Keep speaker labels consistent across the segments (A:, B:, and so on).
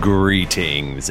A: Greetings,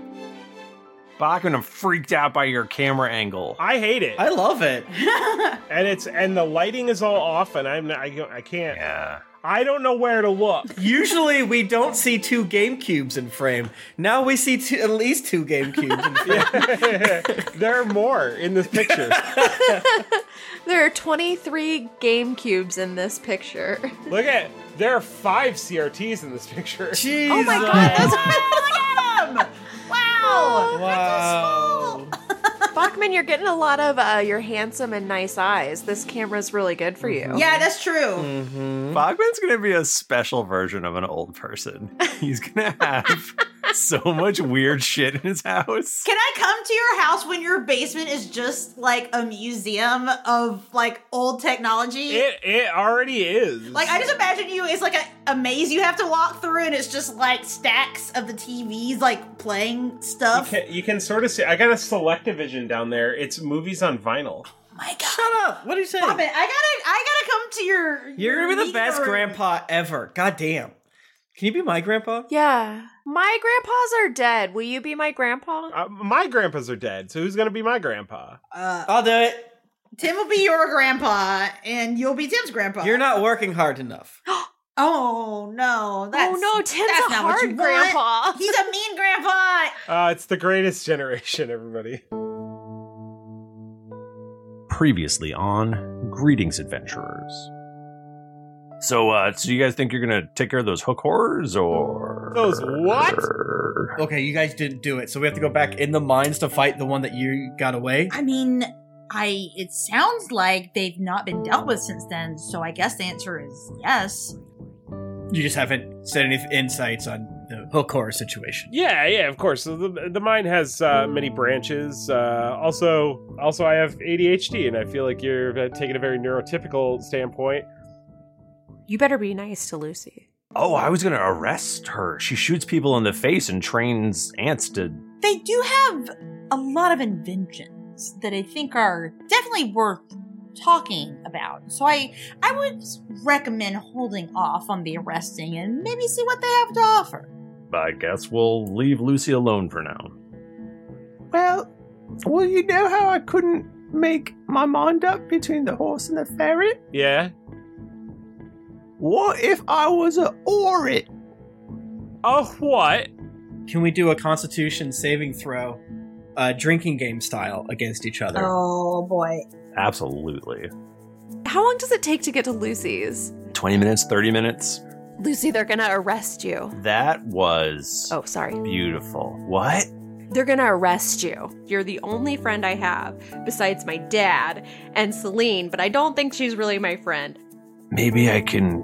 B: Bachman, I'm freaked out by your camera angle.
C: I hate it,
D: I love it.
C: and it's and the lighting is all off, and I'm I, I can't.
B: Yeah.
C: I don't know where to look.
D: Usually we don't see two Game Cubes in frame. Now we see two, at least two Game Cubes in frame.
C: there are more in this picture.
E: There are 23 Game Cubes in this picture.
C: look at there are five CRTs in this picture.
D: Jesus.
E: Oh my god, that's
F: Wow!
D: Wow.
E: Bachman, you're getting a lot of uh, your handsome and nice eyes. This camera's really good for you.
F: Yeah, that's true.
A: Mm-hmm. Bogman's gonna be a special version of an old person. He's gonna have so much weird shit in his house.
F: Can I come to your house when your basement is just like a museum of like old technology?
C: It it already is.
F: like I just imagine you it's like a, a maze you have to walk through and it's just like stacks of the TVs like playing
C: you
F: stuff.
C: can, you can sort of see. I got a Selectivision down there. It's movies on vinyl.
F: my god.
D: Shut up. What are you saying?
F: Stop it. I gotta I gotta come to your
D: You're
F: your
D: going to be the
F: meet
D: best
F: or-
D: grandpa ever. God damn. Can you be my grandpa?
E: Yeah. Uh, My grandpas are dead. Will you be my grandpa?
C: Uh, my grandpas are dead, so who's gonna be my grandpa?
F: Uh,
D: I'll do it.
F: Tim will be your grandpa and you'll be Tim's grandpa.
D: You're not working hard enough.
F: Oh no! That's,
E: oh no, Tim's
F: that's
E: a
F: not what you
E: hard
F: want.
E: grandpa.
F: He's a mean grandpa.
C: Uh, it's the greatest generation, everybody.
A: Previously on Greetings, adventurers. So, uh, so you guys think you're gonna take care of those hook horrors or
C: Those what?
D: Okay, you guys didn't do it, so we have to go back in the mines to fight the one that you got away.
F: I mean, I. It sounds like they've not been dealt with since then. So I guess the answer is yes.
D: You just haven't said any insights on the hook horror situation.
C: Yeah, yeah, of course. So the, the mine has uh, many branches. Uh, also, also, I have ADHD, and I feel like you're uh, taking a very neurotypical standpoint.
E: You better be nice to Lucy.
A: Oh, I was gonna arrest her. She shoots people in the face and trains ants to.
F: They do have a lot of inventions that I think are definitely worth talking about. So I, I would recommend holding off on the arresting and maybe see what they have to offer.
A: I guess we'll leave Lucy alone for now.
G: Well, well, you know how I couldn't make my mind up between the horse and the ferret?
C: Yeah.
G: What if I was a orret?
C: Oh, what?
D: Can we do a constitution saving throw, uh, drinking game style, against each other?
F: Oh boy.
A: Absolutely.
E: How long does it take to get to Lucy's?
A: 20 minutes, 30 minutes.
E: Lucy, they're gonna arrest you.
A: That was
E: Oh, sorry.
A: beautiful. What?
E: They're gonna arrest you. You're the only friend I have, besides my dad and Celine, but I don't think she's really my friend.
A: Maybe I can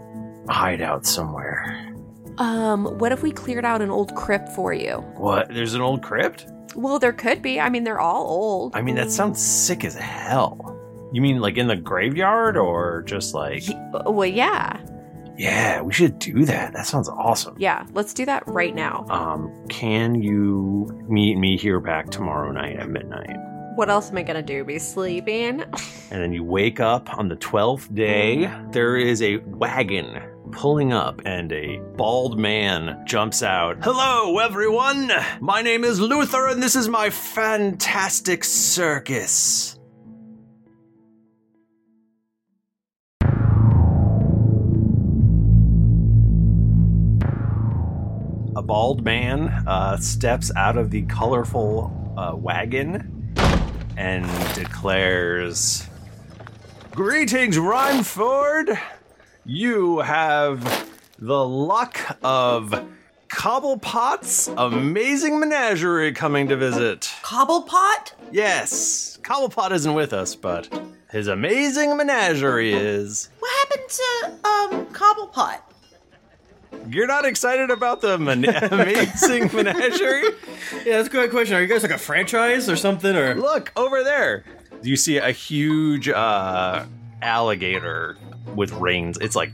A: hide out somewhere.
E: Um, what if we cleared out an old crypt for you?
A: What? There's an old crypt?
E: Well, there could be. I mean, they're all old.
A: I mean, that sounds sick as hell. You mean like in the graveyard or just like.
E: Ye- Uh, well, yeah.
A: Yeah, we should do that. That sounds awesome.
E: Yeah, let's do that right now.
A: Um, can you meet me here back tomorrow night at midnight?
E: What else am I gonna do? Be sleeping?
A: And then you wake up on the 12th day. There is a wagon pulling up, and a bald man jumps out. Hello, everyone! My name is Luther, and this is my fantastic circus. A bald man uh, steps out of the colorful uh, wagon and declares. Greetings, Rhymeford! You have the luck of Cobblepot's amazing menagerie coming to visit.
F: Cobblepot?
A: Yes, Cobblepot isn't with us, but his amazing menagerie is.
F: What happened to um Cobblepot?
A: You're not excited about the men- amazing menagerie?
D: Yeah, that's a good question. Are you guys like a franchise or something? Or
A: Look over there. You see a huge uh, alligator with rings. It's like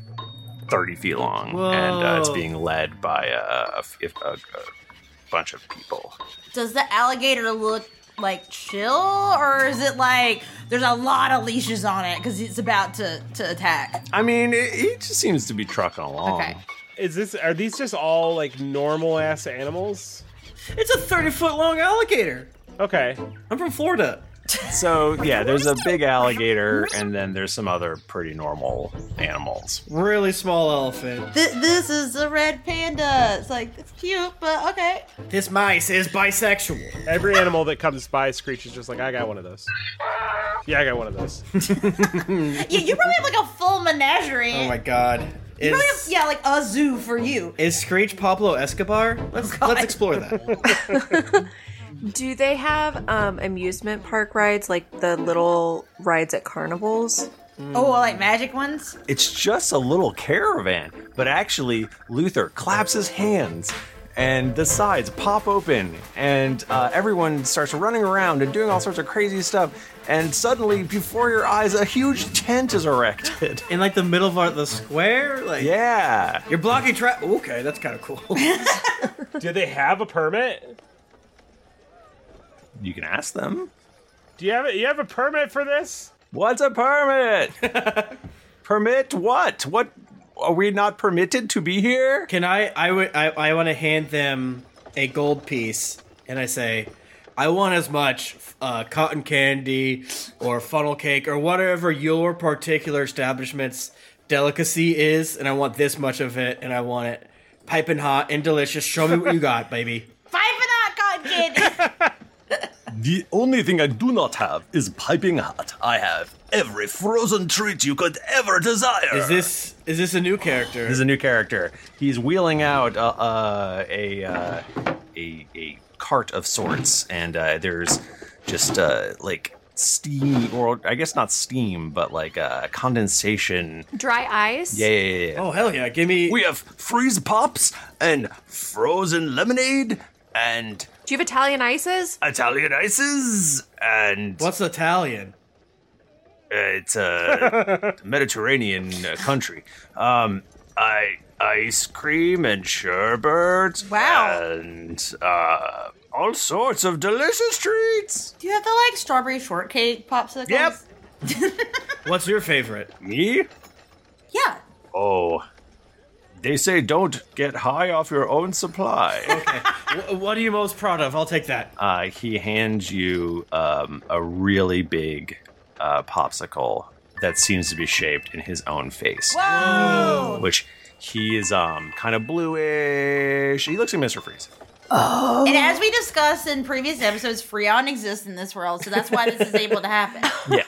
A: 30 feet long, and uh, it's
D: Whoa.
A: being led by a, a f- a- a bunch of people.
F: Does the alligator look like chill, or is it like there's a lot of leashes on it because it's about to to attack?
A: I mean, it, he just seems to be trucking along.
F: Okay.
C: Is this are these just all like normal ass animals?
D: it's a thirty foot long alligator.
C: Okay.
D: I'm from Florida.
A: So yeah, there's a big alligator, and then there's some other pretty normal animals.
D: Really small elephant.
F: Th- this is a red panda. It's like it's cute, but okay.
D: This mice is bisexual.
C: Every animal that comes by Screech is just like, I got one of those. Yeah, I got one of those.
F: Yeah, you probably have like a full menagerie.
D: Oh my god.
F: You
D: Is,
F: probably have, yeah, like a zoo for you.
D: is Screech Pablo Escobar? Let's let's explore that.
E: Do they have um, amusement park rides like the little rides at carnivals?
F: Oh, like magic ones.
A: It's just a little caravan, but actually, Luther claps his hands. And the sides pop open, and uh, everyone starts running around and doing all sorts of crazy stuff. And suddenly, before your eyes, a huge tent is erected.
D: In like the middle of our, the square, like
A: Yeah.
D: you're blocking traffic. Okay, that's kind of cool.
C: Do they have a permit?
A: You can ask them.
C: Do you have it? You have a permit for this?
A: What's a permit? permit what? What? Are we not permitted to be here?
D: Can I? I would. I, I want to hand them a gold piece, and I say, I want as much uh, cotton candy or funnel cake or whatever your particular establishment's delicacy is, and I want this much of it, and I want it piping hot and delicious. Show me what you got, baby.
F: Five and cotton candy.
A: The only thing I do not have is piping hot. I have every frozen treat you could ever desire.
D: Is this is this a new character?
A: This is a new character. He's wheeling out uh, uh, a, uh, a a cart of sorts, and uh, there's just uh, like steam, or I guess not steam, but like uh, condensation.
E: Dry ice?
A: Yeah, yeah, yeah, yeah.
D: oh hell yeah! Give me.
A: We have freeze pops and frozen lemonade and
E: Do you have Italian ices?
A: Italian ices and
D: What's Italian?
A: Uh, it's a Mediterranean uh, country. Um, I ice cream and sherbet.
F: Wow.
A: And uh, all sorts of delicious treats.
F: Do you have the like strawberry shortcake popsicles?
A: Yep.
D: What's your favorite?
A: Me?
F: Yeah.
A: Oh, they say don't get high off your own supply.
D: Wh- what are you most proud of? I'll take that.
A: uh, he hands you um, a really big uh, popsicle that seems to be shaped in his own face.
F: Whoa.
A: which he is um kind of bluish. He looks like Mr. Freeze.
F: And as we discussed in previous episodes, Freon exists in this world, so that's why this is able to happen.
A: Yeah.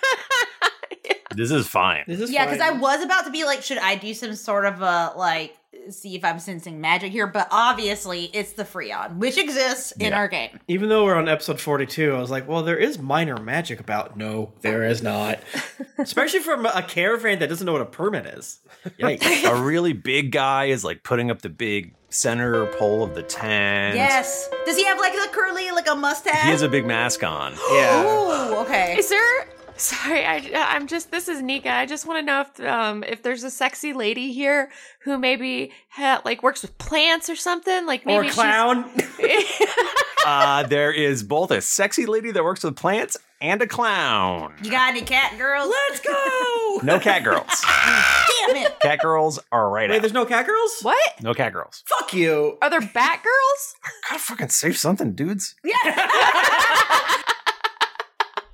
A: This is fine.
D: This is
F: yeah, because I
D: fine.
F: was about to be like, should I do some sort of a like, see if I'm sensing magic here? But obviously, it's the Freon, which exists in
A: Yeah.
F: our game.
D: Even though we're on episode 42, I was like, well, there is minor magic about. No, there is not. Especially from a caravan that doesn't know what a permit is. Yikes.
A: A really big guy is like putting up the big center pole of the tent.
F: Yes. Does he have like the curly, like a mustache?
A: He has a big mask on.
D: yeah.
F: Ooh, okay.
E: Is there? Sorry, I, I'm just. This is Nika. I just want to know if um if there's a sexy lady here who maybe ha, like works with plants or something. Like
D: Or
E: maybe
D: clown.
E: She's,
A: Uh, there is both a sexy lady that works with plants and a clown.
F: You got any cat girls? Let's go!
A: No cat girls.
F: Damn it!
A: cat girls are right
D: Wait,
A: out.
D: there's no cat girls?
E: what
A: No cat girls.
D: Fuck you.
E: are there? Bat girls?
A: Gotta fucking save something, dudes.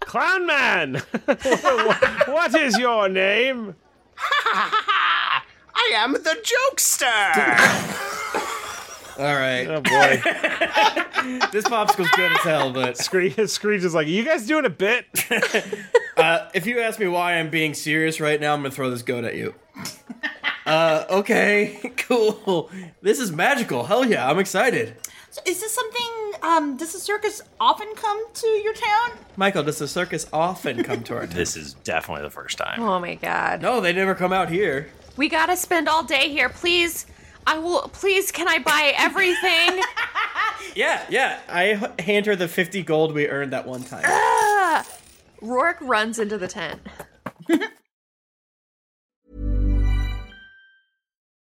C: Clown man! what is your name?
A: I am the jokester.
D: All right.
C: Oh boy.
D: This popsicle's good as hell, but
C: Scree- Screech is like, you guys doing a bit?
D: uh, if you ask me why I'm being serious right now, I'm going to throw this goat at you. Uh, okay, cool. This is magical. Hell yeah, I'm excited.
F: So is this something, um, does the circus often come to your town?
D: Michael, does the circus often come to our town?
A: This is definitely the first time.
E: Oh my god.
D: No, they never come out here.
E: We gotta spend all day here, please. I will. Please, can I buy everything?
D: Yeah, yeah. I h- hand her the 50 gold we earned that one time.
E: Ah! Rourke runs into the tent.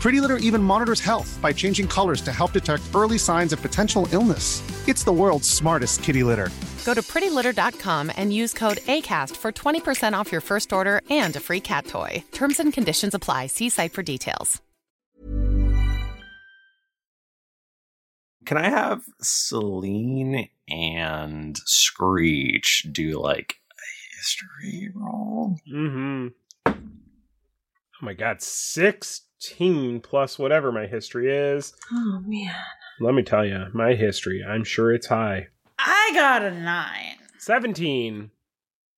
H: Pretty Litter even monitors health by changing colors to help detect early signs of potential illness. It's the world's smartest kitty litter.
I: Go to prettylitter.com and use code ACAST for 20% off your first order and a free cat toy. Terms and conditions apply. See site for details.
A: Can I have Celine and Screech do like a history roll?
C: Mm-hmm. Oh my god, sixteen plus whatever my history is.
F: Oh man.
C: Let me tell you, my history. I'm sure it's high.
F: I got a nine.
C: Seventeen.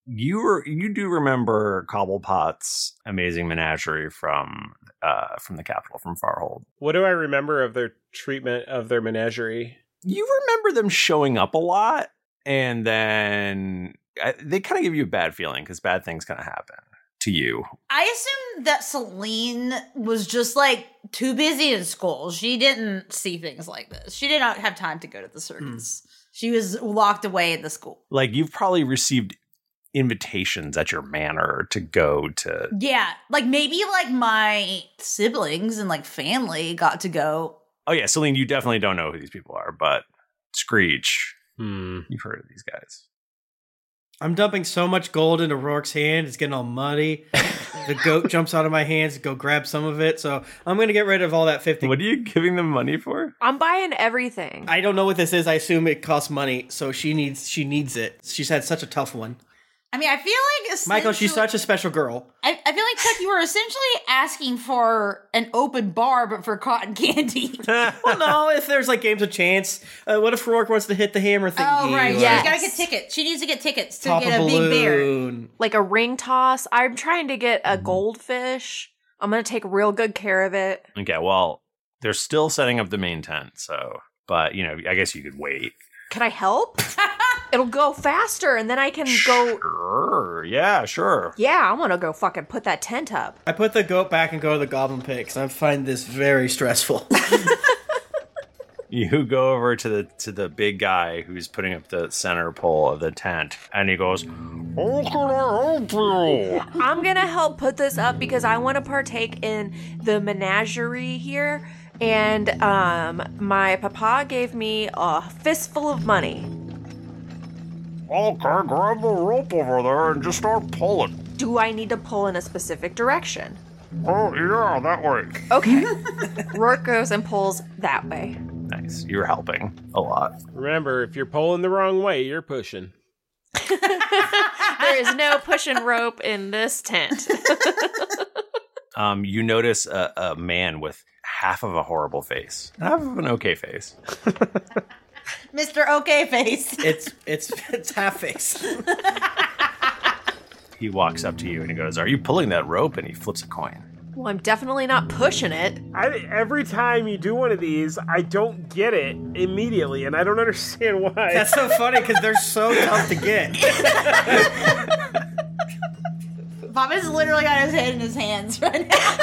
A: You were, you do remember Cobblepot's amazing menagerie from uh, from the capital from Farhold.
C: What do I remember of their treatment of their menagerie?
A: You remember them showing up a lot, and then I, they kind of give you a bad feeling because bad things kind of happen to you.
F: I assume that Celine was just like too busy in school. She didn't see things like this. She did not have time to go to the
D: Hmm.
F: circus. She was locked away in the school.
A: Like you've probably received invitations at your manor to go to
F: Yeah, like maybe like my siblings and like family got to go.
A: Oh yeah, Celine, you definitely don't know who these people are, but Screech,
C: Hmm.
A: you've heard of these guys.
D: I'm dumping so much gold into Rourke's hand, it's getting all muddy. the goat jumps out of my hands to go grab some of it, so I'm gonna get rid of all that 50.
A: What are you giving them money for?
E: I'm buying everything.
D: I don't know what this is. I assume it costs money, so she needs she needs it. She's had such a tough one.
F: I mean, I feel like essentially-
D: Michael, she's such a special girl.
F: I, I feel like Chuck, you were essentially asking for an open bar, but for cotton candy.
D: well, no, if there's like games of chance, uh, what if Rourke wants to hit the hammer thing?
F: oh right, yeah.
E: Yes.
F: She's gotta get tickets. She needs to get tickets to
D: Pop
F: get
D: a
F: a, big bear.
D: balloon.
E: Like a ring toss. I'm trying to get a goldfish. I'm gonna take real good care of it.
A: Okay, well, they're still setting up the main tent, so but you know, I guess you could wait.
E: Can I help? It'll go faster, and then I can go.
A: Sure, yeah, sure.
E: Yeah, I want to go fucking put that tent up.
D: I put the goat back and go to the goblin pit because I find this very stressful.
A: You go over to the to the big guy who's putting up the center pole of the tent, and he goes, "How can I help you?"
E: I'm gonna help put this up because I want to partake in the menagerie here. And um, my papa gave me a fistful of money.
B: Okay, grab the rope over there and just start pulling.
E: Do I need to pull in a specific direction?
B: Oh, yeah, that way.
E: Okay. Rourke goes and pulls that way.
A: Nice. You're helping a lot.
C: Remember, if you're pulling the wrong way, you're pushing.
E: there is no pushing rope in this tent.
A: Um, you notice a, a man with half of a horrible face, half of an okay face.
F: Mr. Okay Face.
D: It's it's it's half face.
A: He walks up to you and he goes, "Are you pulling that rope?" And he flips a coin.
E: Well, I'm definitely not pushing it.
C: I, every time you do one of these, I don't get it immediately, and I don't understand why.
D: That's so funny because they're so tough to get.
F: Bobby's literally got his head in his hands right now.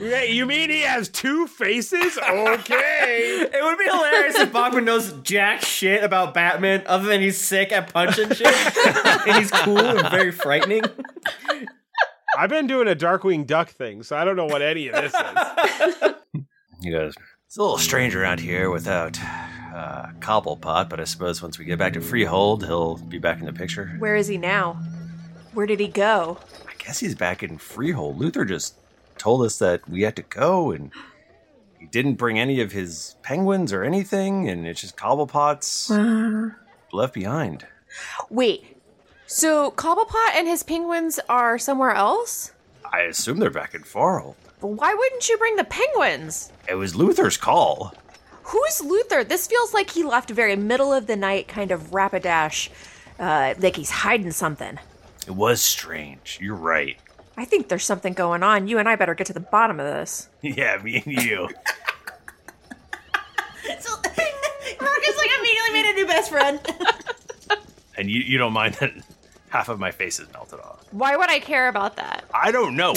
C: Wait, you mean he has two faces? Okay.
D: it would be hilarious if Bachman knows jack shit about Batman other than he's sick at punching shit. and he's cool and very frightening.
C: I've been doing a Darkwing Duck thing, so I don't know what any of this is.
A: He goes, It's a little strange around here without uh, Cobblepot, but I suppose once we get back to Freehold, he'll be back in the picture.
E: Where is he now? Where did he go?
A: I guess he's back in Freehold. Luther just told us that we had to go, and he didn't bring any of his penguins or anything, and it's just Cobblepot's left behind.
E: Wait. So Cobblepot and his penguins are somewhere else?
A: I assume they're back in Farhold.
E: But why wouldn't you bring the penguins?
A: It was Luther's call.
E: Who's Luther? This feels like he left very middle of the night, kind of rapidash, uh, like he's hiding something.
A: It was strange. You're right.
E: I think there's something going on. You and I better get to the bottom of this.
A: Yeah, me and you.
F: so, Marcus like immediately made a new best friend.
A: and you, you don't mind that half of my face is melted off.
E: Why would I care about that?
A: I don't know.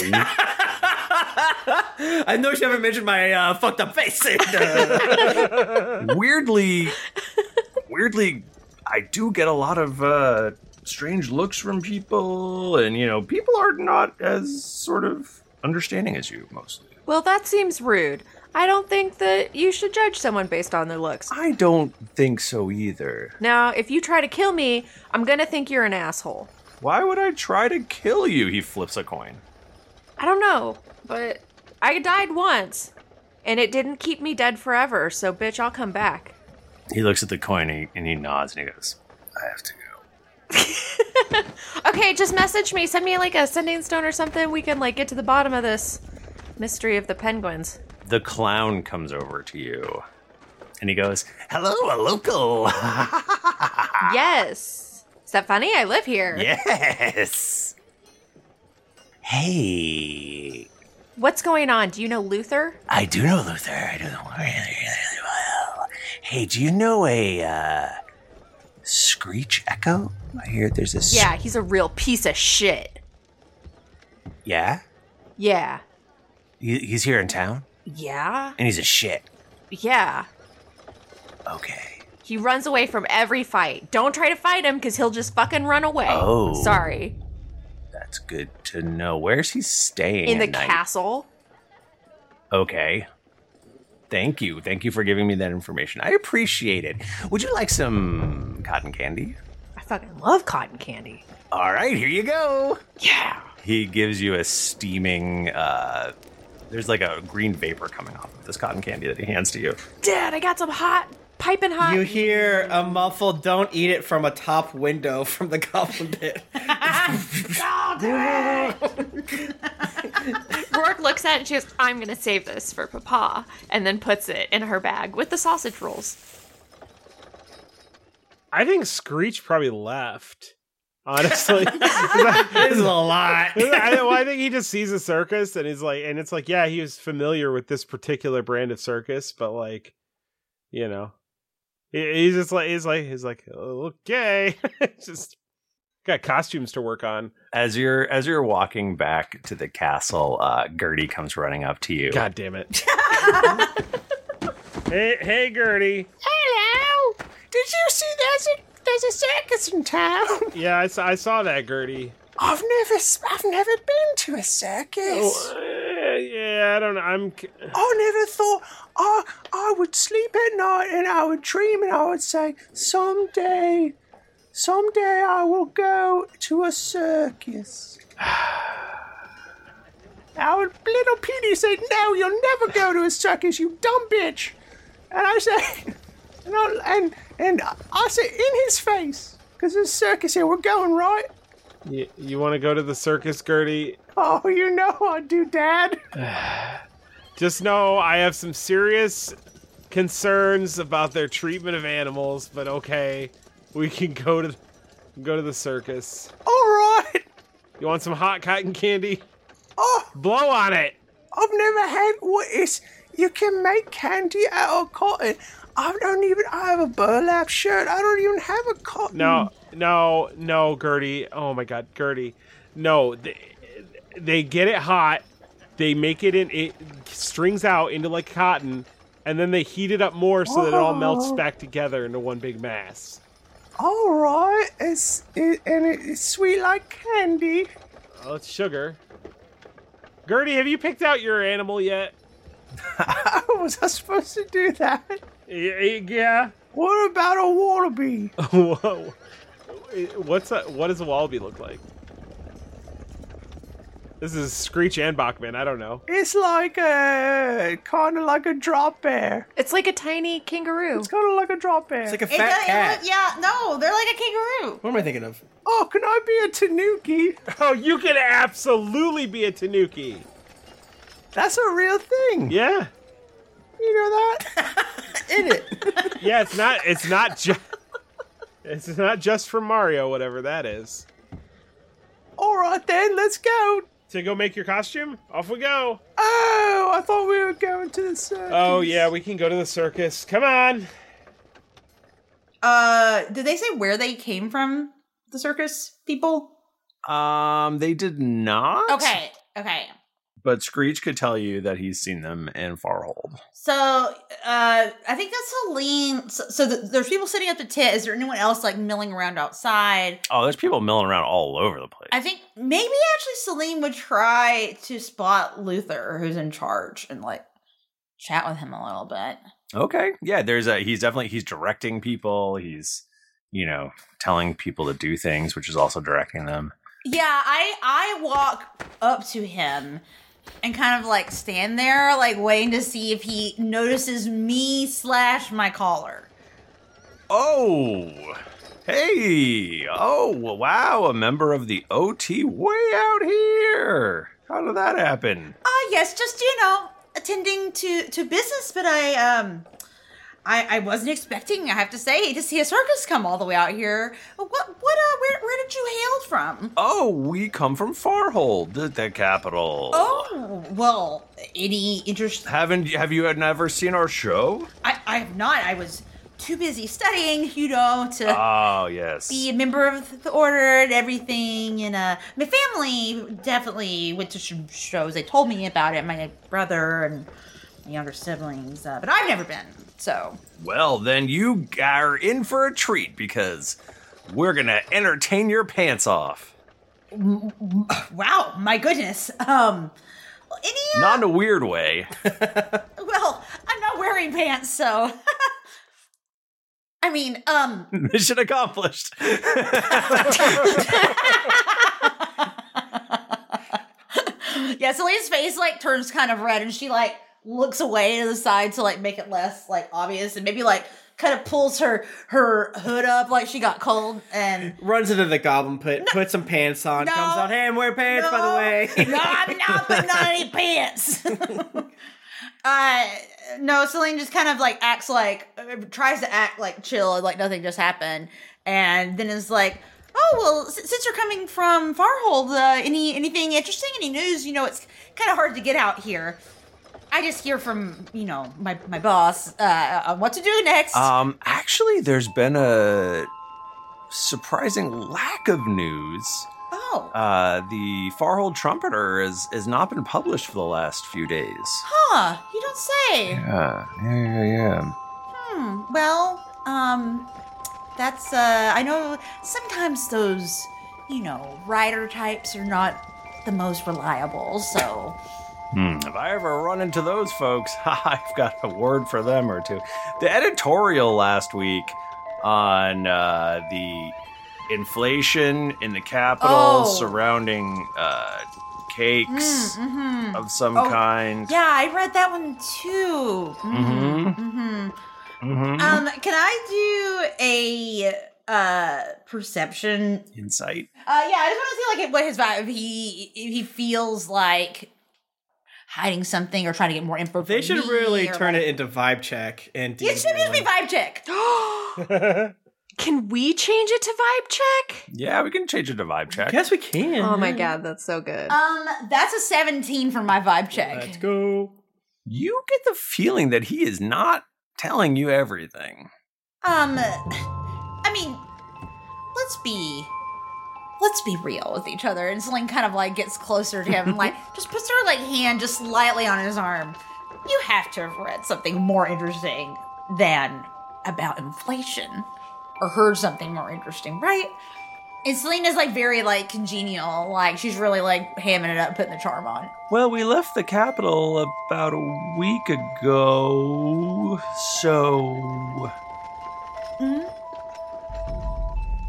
D: I know she haven't mentioned my uh, fucked up face. in, uh,
A: weirdly, weirdly, I do get a lot of uh, strange looks from people, and you know, people are not as sort of understanding as you mostly.
E: Well, that seems rude. I don't think that you should judge someone based on their looks.
A: I don't think so either.
E: Now, if you try to kill me, I'm gonna think you're an asshole.
A: Why would I try to kill you? He flips a coin.
E: I don't know, but I died once, and it didn't keep me dead forever, so bitch, I'll come back.
A: He looks at the coin and he, and he nods and he goes, "I have to."
E: Okay, just message me. Send me like a sending stone or something. We can like get to the bottom of this mystery of the penguins.
A: The clown comes over to you, and he goes, "Hello, a local." Ah.
E: yes. Is that funny? I live here.
A: yes. Hey,
E: What's going on? Do you know Luther?
A: I do know Luther. I do know really, really well. Hey, do you know a uh, screech echo? I hear there's a
E: Yeah, he's a real piece of shit.
A: yeah.
E: Yeah.
A: He, he's here in town,
E: Yeah.
A: and he's a shit.
E: Yeah.
A: Okay.
E: He runs away from every fight. Don't try to fight him because he'll just fucking run away.
A: Oh.
E: Sorry.
A: That's good to know. Where's he staying?
E: In the
A: at night?
E: castle.
A: Okay. Thank you. Thank you for giving me that information. I appreciate it. Would you like some cotton candy?
E: I fucking love cotton candy.
A: All right, here you go. Yeah. He gives you a steaming. Uh, there's like a green vapor coming off of this cotton candy that he hands to you.
E: Dad, I got some hot, piping hot.
D: you hear a muffled "Don't eat it" from a top window from the Goblin Pit.
F: Oh,
E: Rourke looks at it and she goes, I'm going to save this for Papa, and then puts it in her bag with the sausage rolls.
C: I think Screech probably left. Honestly,
D: this is a lot.
C: I, well, I think he just sees a circus and he's like, and it's like, yeah, he was familiar with this particular brand of circus, but like, you know, he- he's just like, he's like, he's like, okay, just got costumes to work on.
A: As you're as you're walking back to the castle, uh, Gertie comes running up to you.
C: God damn it! hey, hey, Gertie.
G: Hello. Did you see there's a there's a circus in town?
C: Yeah, I saw, I saw that, Gertie.
G: I've never s- I've never been to a circus.
C: Uh, yeah, I don't know. I'm. c-
G: I never thought I I would sleep at night and I would dream and I would say someday, someday I will go to a circus. Our little Petey said, "No, you'll never go to a circus, you dumb bitch." And I say, and I, and, and I say in his face, because there's a circus here. We're going, right?
C: You, you want to go to the circus, Gertie?
G: Oh, you know I do, Dad.
C: Just know I have some serious concerns about their treatment of animals, but okay, we can go to go to the circus.
G: All right.
C: You want some hot cotton candy?
G: Oh,
C: blow on it.
G: I've never had what is. You can make candy out of cotton. I don't even. I have a burlap shirt. I don't even have a cotton.
C: No, no, no, Gertie. Oh my God, Gertie. No, they, they get it hot. They make it in. It strings out into like cotton, and then they heat it up more so that it all melts
G: Oh.
C: back together into one big mass.
G: All right. It's it, and it's sweet like candy.
C: Oh, it's sugar. Gertie, have you picked out your animal yet?
G: How was I supposed to do that?
C: Yeah.
G: What about a wallaby?
C: Whoa. What's a, what does a wallaby look like? This is Screech and Bachman. I don't know.
G: It's like a kind of like a drop bear.
E: It's like a tiny kangaroo. It's
G: kind of like a drop bear. It's
D: like a It fat does- it cat. look-
F: yeah, no, they're like a kangaroo.
D: What am I thinking of?
G: Oh, can I be a tanuki?
C: Oh, you can absolutely be a tanuki.
G: That's a real thing.
C: Yeah.
G: You know that? In it.
C: Yeah, it's not it's not just It's not just for Mario whatever that is.
G: All right then, let's go.
C: To go make your costume? Off we go.
G: Oh, I thought we were going to the circus.
C: Oh yeah, we can go to the circus. Come on.
F: Uh, did they say where they came from? The circus people.
A: Um, they did not.
F: Okay, okay.
A: But Screech could tell you that he's seen them in Farhold.
F: So uh, I think that's Helene. So, so the, there's people sitting at the tent. Is there anyone else like milling around outside?
A: Oh, there's people milling around all over the place.
F: I think maybe actually Celine would try to spot Luther, who's in charge, and like chat with him a little bit.
A: Okay. Yeah, there's a he's definitely he's directing people, he's you know, telling people to do things, which is also directing them.
F: Yeah, I I walk up to him and kind of like stand there, like waiting to see if he notices me slash my collar.
A: Oh. Hey. Oh, wow, a member of the OT way out here. How did that happen?
F: Ah, yes, just you know, attending to to business, but I um. I, I wasn't expecting, I have to say, to see a circus come all the way out here. What, what, uh, where, where did you hail from?
A: Oh, we come from Farhold, the, the capital.
F: Oh, well, any interest?
A: Haven't have you had never seen our show?
F: I, I have not. I was too busy studying, you know, to
A: Oh, yes.
F: be a member of the order and everything. And uh, my family definitely went to sh- shows. They told me about it. My brother and my younger siblings, uh, but I've never been. So
A: Well, then you are in for a treat because we're going to entertain your pants off.
F: m- m- wow, my goodness. Um,
A: Not in a weird way.
F: well, I'm not wearing pants, so. I mean, um,
A: Mission accomplished.
F: yeah, Celine's face like turns kind of red and she like looks away to the side to like make it less like obvious and maybe like kind of pulls her her hood up like she got cold and
D: Runs into the goblin pit, puts some pants on,
F: No.
D: comes out. Hey, I'm wearing pants, by the way.
F: no, I'm not putting on any pants. uh, no, Celine just kind of like acts like uh, tries to act like chill, like nothing just happened, and then is like, "Oh well, s- since you're coming from Farhold, uh, any anything interesting, any news? You know, it's kind of hard to get out here. I just hear from you know my my boss uh, on what to do next.
A: um, actually, there's been a surprising lack of news.
F: Oh.
A: Uh, the Farhold Trumpeter is has not been published for the last few days.
F: huh? You don't say.
A: Yeah, yeah, yeah, yeah.
F: Hmm. Well, um, that's uh, I know sometimes those, you know, rider types are not the most reliable. So
A: Hmm. If I ever run into those folks, I've got a word for them or two. The editorial last week on uh, the inflation in the capital
B: Oh.
A: surrounding uh, cakes
F: Mm, mhm.
A: of some
F: Oh,
A: kind.
F: Yeah, I read that one too.
A: Mhm.
F: Mhm.
A: Mhm.
F: Um, can I do a uh perception?
A: Insight.
F: Uh, yeah, I just want to see like what his vibe. If he if he feels like hiding something or trying to get more info.
D: They should really turn it into vibe check and
F: It should just be vibe check.
E: Can we change it to vibe check?
A: Yeah, we can change it to vibe check.
D: Yes, we can.
E: Oh my god, that's so good.
F: Um, that's a seventeen for my vibe check. Let's
D: go.
A: You get the feeling that he is not telling you everything.
F: Um, I mean, let's be let's be real with each other. And Celine kind of like gets closer to him, and, like just puts her like hand just lightly on his arm. You have to have read something more interesting than about inflation, or heard something more interesting, right? And Celine is like very like congenial, like she's really like hamming it up, putting the charm on.
A: Well, we left the capital about a week ago, so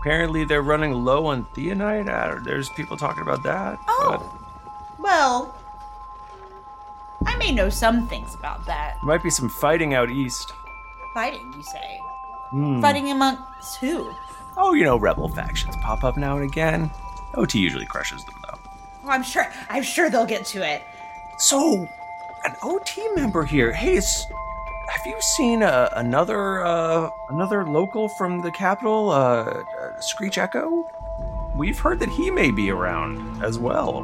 A: apparently they're running low on theonite. Uh, There's people talking about that. Oh.
F: Well, I may know some things about that
A: But might be some fighting out east.
F: fighting. You say
A: Hmm.
F: fighting amongst who?
A: Oh, you know, rebel factions pop up now and again. OT usually crushes them, though.
F: Oh, I'm sure. I'm sure they'll get to it.
A: So, an OT member here. Hey, it's, have you seen uh, another uh, another local from the capital, uh, uh, Screech Echo? We've heard that he may be around as well.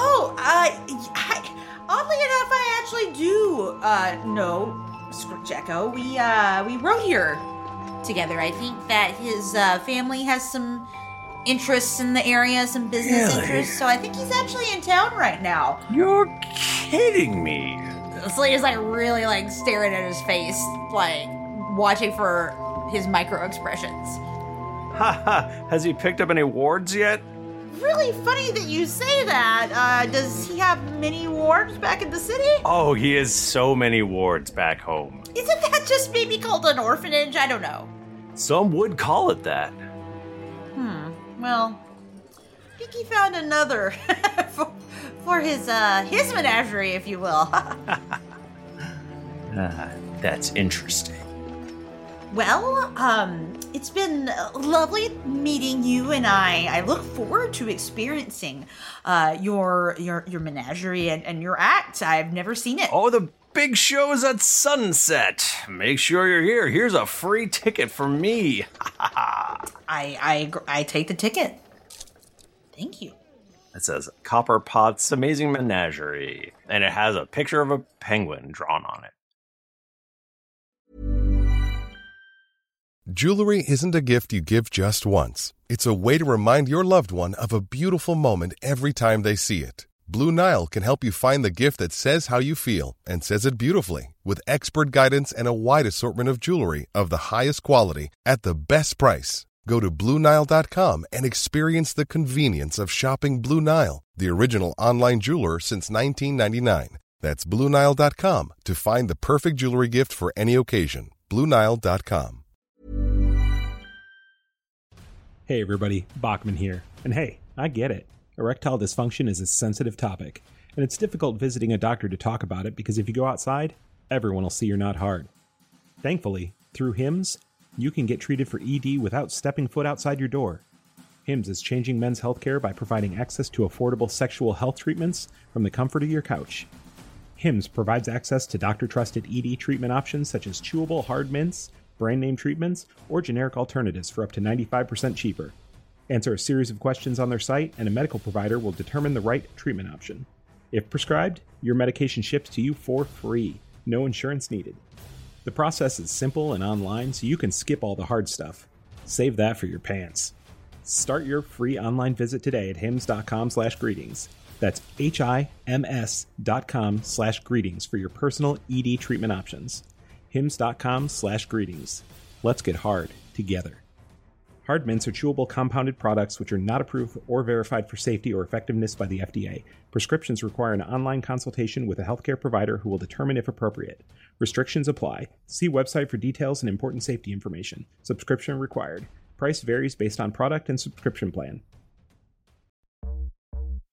F: Oh, uh, y- I, oddly enough, I actually do uh know Jacko. We uh we rode here together. I think that his uh, family has some interests in the area, some business
A: Really?
F: interests. So I think he's actually in town right now.
A: You're kidding me.
F: Selena's like really like staring at his face, like watching for his micro expressions.
A: Haha, has he picked up any wards yet?
F: Really funny that you say that. Uh, does he have many wards back in the city?
A: Oh, he has so many wards back home.
F: Isn't that just maybe called an orphanage? I don't know.
A: Some would call it that.
F: Hmm. Well, I think he found another for, for his uh his menagerie, if you will.
A: Ah, that's interesting.
F: well, um, it's been lovely meeting you, and I I look forward to experiencing uh your your your menagerie and, and your act. I've never seen it.
A: Oh, the big show's at sunset. Make sure you're here. Here's a free ticket for me.
F: I I gr- I take the ticket. Thank you.
A: It says Copper Pot's Amazing Menagerie, and it has a picture of a penguin drawn on it.
J: Jewelry isn't a gift you give just once. It's a way to remind your loved one of a beautiful moment every time they see it. Blue Nile can help you find the gift that says how you feel and says it beautifully with expert guidance and a wide assortment of jewelry of the highest quality at the best price. Go to BlueNile.com and experience the convenience of shopping Blue Nile, the original online jeweler since 1999. That's BlueNile.com to find the perfect jewelry gift for any occasion. BlueNile.com.
C: Hey, everybody, Bachman here. And hey, I get it. Erectile dysfunction is a sensitive topic, and it's difficult visiting a doctor to talk about it because if you go outside, everyone will see you're not hard. Thankfully, through HIMS, you can get treated for ED without stepping foot outside your door. HIMS is changing men's healthcare by providing access to affordable sexual health treatments from the comfort of your couch. HIMS provides access to doctor trusted ED treatment options such as chewable hard mints, brand name treatments, or generic alternatives for up to 95% cheaper. Answer a series of questions on their site, and a medical provider will determine the right treatment option. If prescribed, your medication ships to you for free, no insurance needed. The process is simple and online, so you can skip all the hard stuff. Save that for your pants. Start your free online visit today at hims.com slash greetings. That's H-I-M-S dot com slash greetings for your personal ED treatment options. hims.com slash greetings. Let's get hard together. Hard mints are chewable compounded products which are not approved or verified for safety or effectiveness by the FDA. Prescriptions require an online consultation with a healthcare provider who will determine if appropriate. Restrictions apply. See website for details and important safety information. Subscription required. Price varies based on product and subscription plan.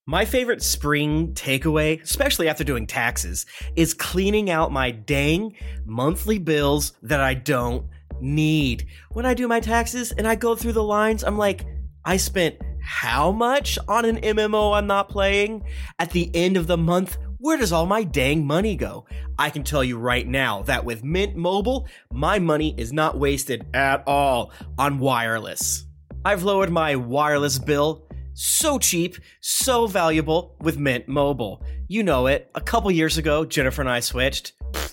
D: My favorite spring takeaway, especially after doing taxes, is cleaning out my dang monthly bills that I don't need. When I do my taxes and I go through the lines, I'm like, I spent how much on an MMO I'm not playing? At the end of the month, where does all my dang money go? I can tell you right now that with Mint Mobile, my money is not wasted at all on wireless. I've lowered my wireless bill so cheap, so valuable with Mint Mobile. You know it. A couple years ago, Jennifer and I switched. Pfft,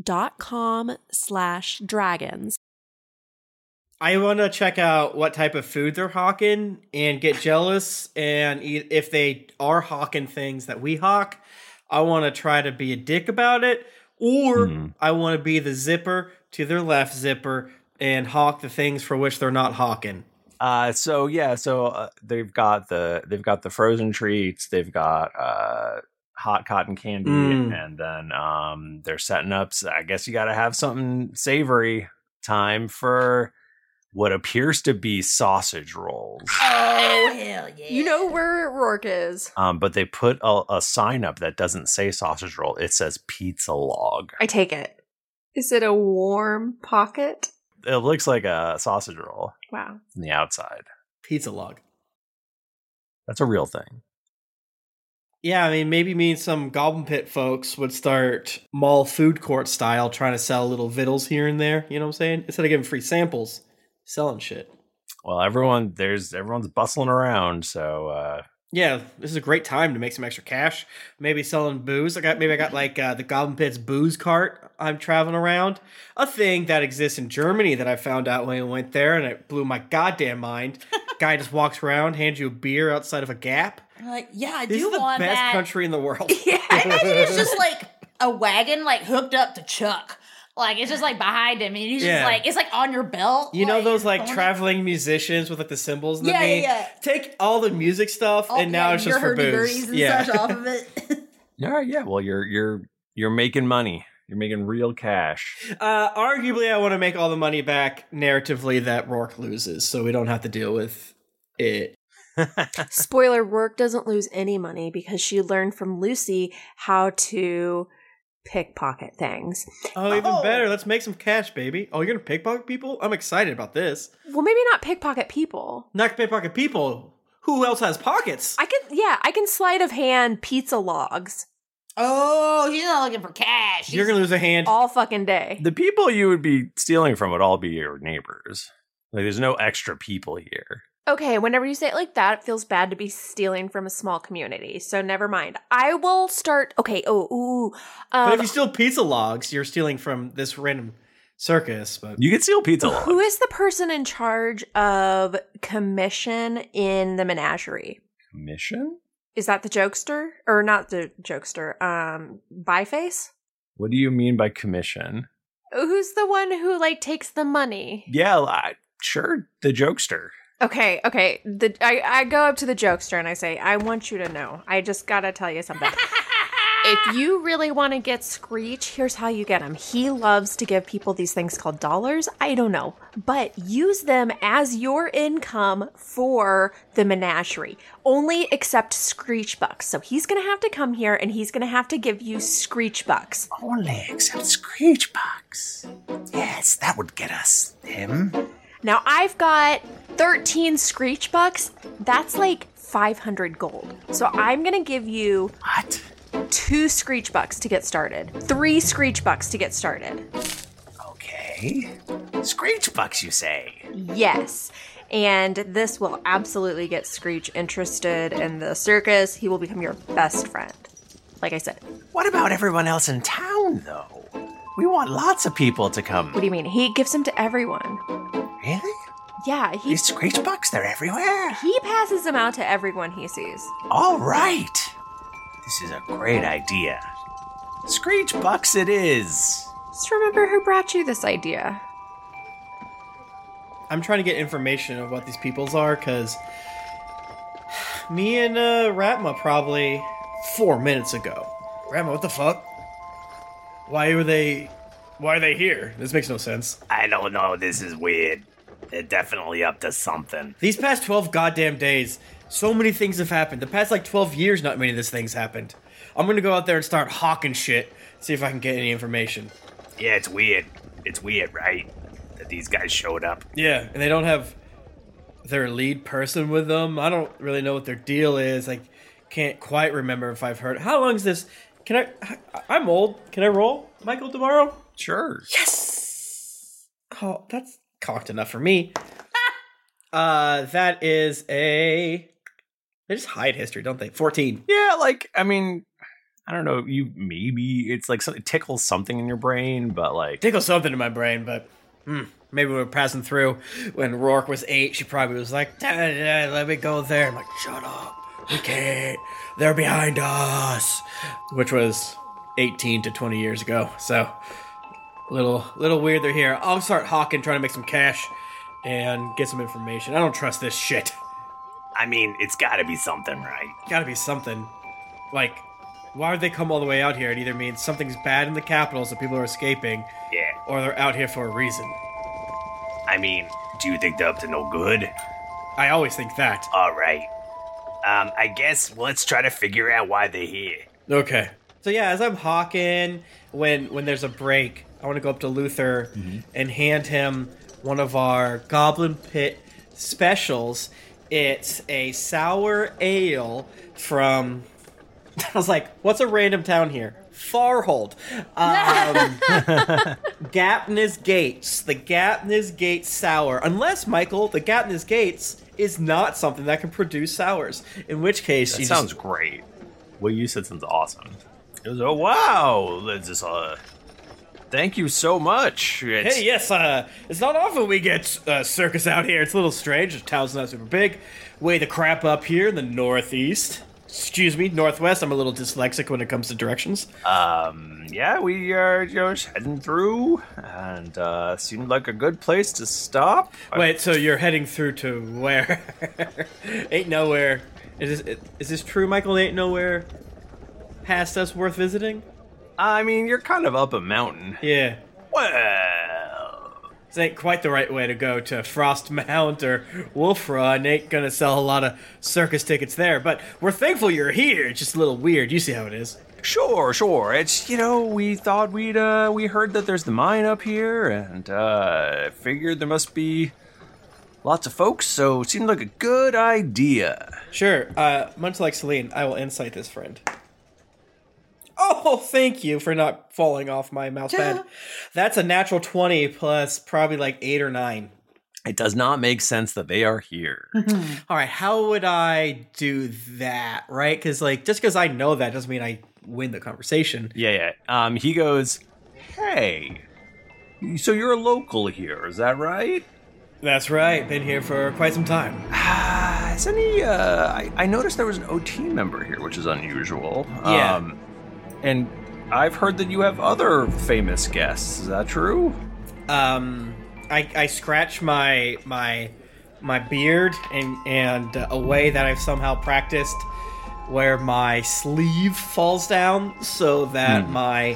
E: betterhelp.com slash dragons.
K: I want to check out what type of food they're hawking and get jealous. And e- if they are hawking things that we hawk, I want to try to be a dick about it. Or I want to be the zipper to their left zipper and hawk the things for which they're not hawking.
A: Uh, so yeah, so uh, they've got the they've got the frozen treats, they've got uh, hot cotton candy,
K: Mm.
A: and then um, they're setting up. So I guess you got to have something savory. Time for what appears to be sausage rolls,
E: Oh, hell yeah. You know where Rourke is.
A: um, but they put a, a sign up that doesn't say sausage roll; it says pizza log.
L: I take it. Is it a warm pocket?
A: It looks like a sausage roll
L: Wow.
A: from the outside.
K: Pizza log.
A: That's a real thing.
K: Yeah, I mean, maybe me and some Goblin Pit folks would start mall food court style trying to sell little vittles here and there. You know what I'm saying? Instead of giving free samples, selling shit.
A: Well, everyone there's everyone's bustling around, so uh,
K: Yeah, this is a great time to make some extra cash. Maybe selling booze. I got maybe I got like uh, the Goblin Pit's booze cart. I'm traveling around a thing that exists in Germany that I found out when I went there, and it blew my goddamn mind. Guy just walks around, hands you a beer outside of a Gap.
F: I'm like, Uh, yeah, I
K: This
F: do
K: is the
F: want
K: best
F: that.
K: country in the world.
F: I imagine it's just like a wagon, like hooked up to Chuck. Like it's just like behind him, and he's
K: Yeah.
F: just like it's like on your belt.
K: You know those like
F: phone-
K: traveling musicians with like the cymbals and
F: Yeah,
K: the
F: yeah,
K: name?
F: yeah.
K: Take all the music stuff and now it's just for booze. Yeah.
F: of it.
A: yeah, yeah. Well, you're you're you're making money. You're making real cash.
K: uh, arguably, I want to make all the money back narratively that Rourke loses, so we don't have to deal with it.
E: Spoiler Rourke doesn't lose any money because she learned from Lucy how to pickpocket things.
D: Oh, even better. Let's make some cash, baby. Oh, you're gonna pickpocket people? I'm excited about this.
E: Well, maybe not pickpocket people.
D: Not pickpocket people. Who else has pockets?
E: I can, yeah, I can sleight of hand pizza logs.
F: Oh, he's not looking for cash.
A: You're gonna lose a hand.
E: all fucking day.
A: The people you would be stealing from would all be your neighbors. Like, there's no extra people here.
E: Okay, whenever you say it like that, it feels bad to be stealing from a small community. So never mind. I will start. Okay. Oh, ooh. Um,
D: but if you steal pizza logs, you're stealing from this random circus. But
A: you can steal pizza logs.
E: who is the person in charge of commission in the menagerie?
A: Commission?
E: Is that the jokester or not the jokester? Um, Byface.
A: What do you mean by commission?
E: Who's the one who like takes the money?
A: Yeah, I, sure, the jokester.
E: Okay, okay. The I, I go up to the jokester and I say, I want you to know. I just gotta tell you something. if you really want to get Screech, here's how you get him. He loves to give people these things called dollars. I don't know, but use them as your income for the menagerie. Only accept Screech bucks. So he's gonna have to come here and he's gonna have to give you Screech bucks.
G: Only except Screech Box. Yes, that would get us him.
E: Now I've got 13 Screech Bucks. That's like 500 gold. So I'm gonna give you
G: what?
E: Two Screech Bucks to get started. Three Screech Bucks to get started.
K: eh?
G: Okay. Screech Box, you say?
E: Yes. And this will absolutely get Screech interested in the circus. He will become your best friend. Like I said.
G: What about everyone else in town, though? We want lots of people to come.
E: What do you mean? He gives them to everyone.
G: Really?
E: Yeah, he
G: These Screech Bucks, they're everywhere.
E: he passes them out to everyone he sees.
G: All right. This is a great idea. Screech Bucks it is.
E: Just remember who brought you this idea.
D: I'm trying to get information of what these peoples are because me and uh, Ratma probably four minutes ago. Ratma, what the fuck? Why were they? Why are they here? This makes no sense.
K: I don't know. This is weird. They're definitely up to something.
D: These past 12 goddamn days, so many things have happened. The past like 12 years, not many of these things happened. I'm gonna go out there and start hawking shit, see if I can get any information.
K: Yeah, it's weird. It's weird, right? That these guys showed up.
D: Yeah, and they don't have their lead person with them. I don't really know what their deal is. I can't quite remember if I've heard. How long is this? Can I? I- I'm old. Can I roll, Michael, tomorrow?
A: Sure.
D: Yes. Oh, that's cocked enough for me. uh, that is a. They just hide history, don't they? Fourteen.
A: Yeah, like I mean, I don't know. You maybe it's like some- it tickles something in your brain, but like
D: tickles something in my brain, but hmm, maybe we were passing through when Rourke was eight. She probably was like, "Dad, Dad, "Let me go there." I'm like, "Shut up, we can't. They're behind us," which was 18 to 20 years ago. So, little little weird. They're here. I'll start hawking, trying to make some cash and get some information. I don't trust this shit.
K: I mean, it's got to be something, right?
D: Got to be something. Like, why would they come all the way out here? It either means something's bad in the capital, so people are escaping,
K: Yeah.
D: or they're out here for a reason.
K: I mean, do you think they're up to no good?
D: I always think that.
K: All right. Um, I guess let's try to figure out why they're here.
D: Okay. So yeah, as I'm hawking, when when there's a break, I want to go up to Luther
A: Mm-hmm.
D: and hand him one of our Goblin Pit specials. It's a sour ale from. I was like, "What's a random town here?" Farhold, um, Gapness Gates, the Gapness Gates sour. Unless Michael, the Gapness Gates is not something that can produce sours. In which case,
A: That
D: you
A: sounds
D: just,
A: great. What you said sounds awesome. It was oh wow, that's just uh, thank you so much. It's-
D: Hey, yes, uh, it's not often we get uh, circus out here. It's a little strange. The town's not super big. Way the crap up here in the northeast. Excuse me, northwest. I'm a little dyslexic when it comes to directions.
A: Um, yeah, we are just heading through, and uh, seemed like a good place to stop.
D: Wait, so you're heading through to where? ain't nowhere. Is this, is this true, Michael? Ain't nowhere past us worth visiting?
A: I mean, you're kind of up a mountain.
D: Yeah.
A: Well,
D: this ain't quite the right way to go to Frost Mount or Wolf Run. Ain't gonna sell a lot of circus tickets there, but we're thankful you're here. It's just a little weird. You see how it is.
B: Sure, sure. It's you know we thought we'd uh we heard that there's the mine up here and uh figured there must be lots of folks, so it seemed like a good idea.
D: Sure. Uh, much like Celine, I will insight this friend. Oh, thank you for not falling off my mouse pad. That's a natural 20 plus probably like 8 or 9.
A: It does not make sense that they are here.
D: All right, how would I do that, right? Cuz like just cuz I know that doesn't mean I win the conversation.
A: Yeah, yeah. Um, he goes, "Hey, so you're a local here, is that right?"
D: That's right. Been here for quite some time.
B: Ah, is any uh I, I noticed there was an OT member here, which is unusual.
D: Yeah.
B: Um, and I've heard that you have other famous guests. Is that true?
D: Um, I, I scratch my my my beard and and uh, a way that I've somehow practiced where my sleeve falls down so that
B: Hmm.
D: my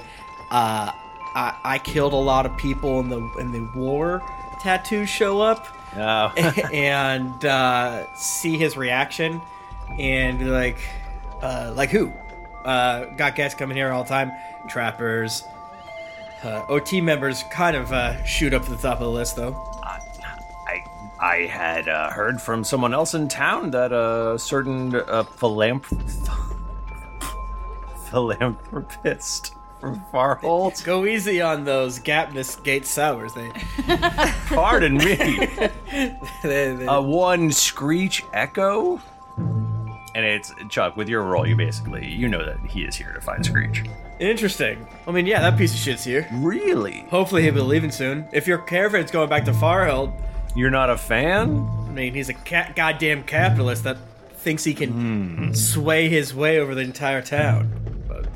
D: uh I, I killed a lot of people in the in the war tattoos show up
A: Oh.
D: and uh, see his reaction and be like uh, like who uh, got guests coming here all the time trappers uh, OT members kind of uh, shoot up to the top of the list though
K: Uh,
A: I had uh, heard from someone else in town that a certain uh, philanthrop- philanthropist from Farholt.
D: Go easy on those Gapness Gate Sours. They
A: Pardon me.
D: They- they-
A: uh, one screech echo, and it's Chuck with your roll. You basically you know that he is here to find Screech.
D: Interesting. I mean, yeah, that piece of shit's here.
A: Really?
D: Hopefully he'll be leaving soon. If your caravan's going back to Farheld,
A: you're not a fan.
D: I mean, he's a ca- goddamn capitalist that thinks he
A: Hmm.
D: can sway his way over the entire town. But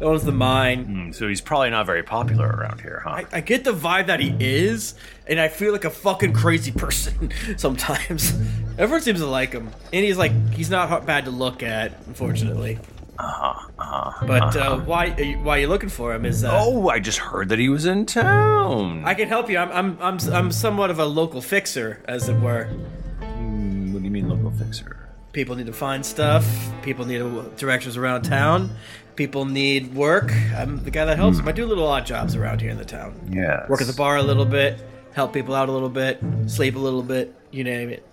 D: owns the mine.
A: Hmm, so he's probably not very popular around here, huh?
D: I, I get the vibe that he is, and I feel like a fucking crazy person sometimes. Everyone seems to like him, and he's like he's not hard, bad to look at, unfortunately.
A: Uh-huh, uh-huh,
D: But uh,
A: uh-huh.
D: why why you looking for him is uh,
A: oh, I just heard that he was in town.
D: I can help you. I'm, I'm, I'm, I'm somewhat of a local fixer, as it were.
A: Mm, what do you mean, local fixer?
D: People need to find stuff. People need uh, directions around town. People need work. I'm the guy that helps them. I do little odd jobs around here in the town.
A: Hmm. Yes.
D: Work at the bar a little bit, help people out a little bit, sleep a little bit. You name it.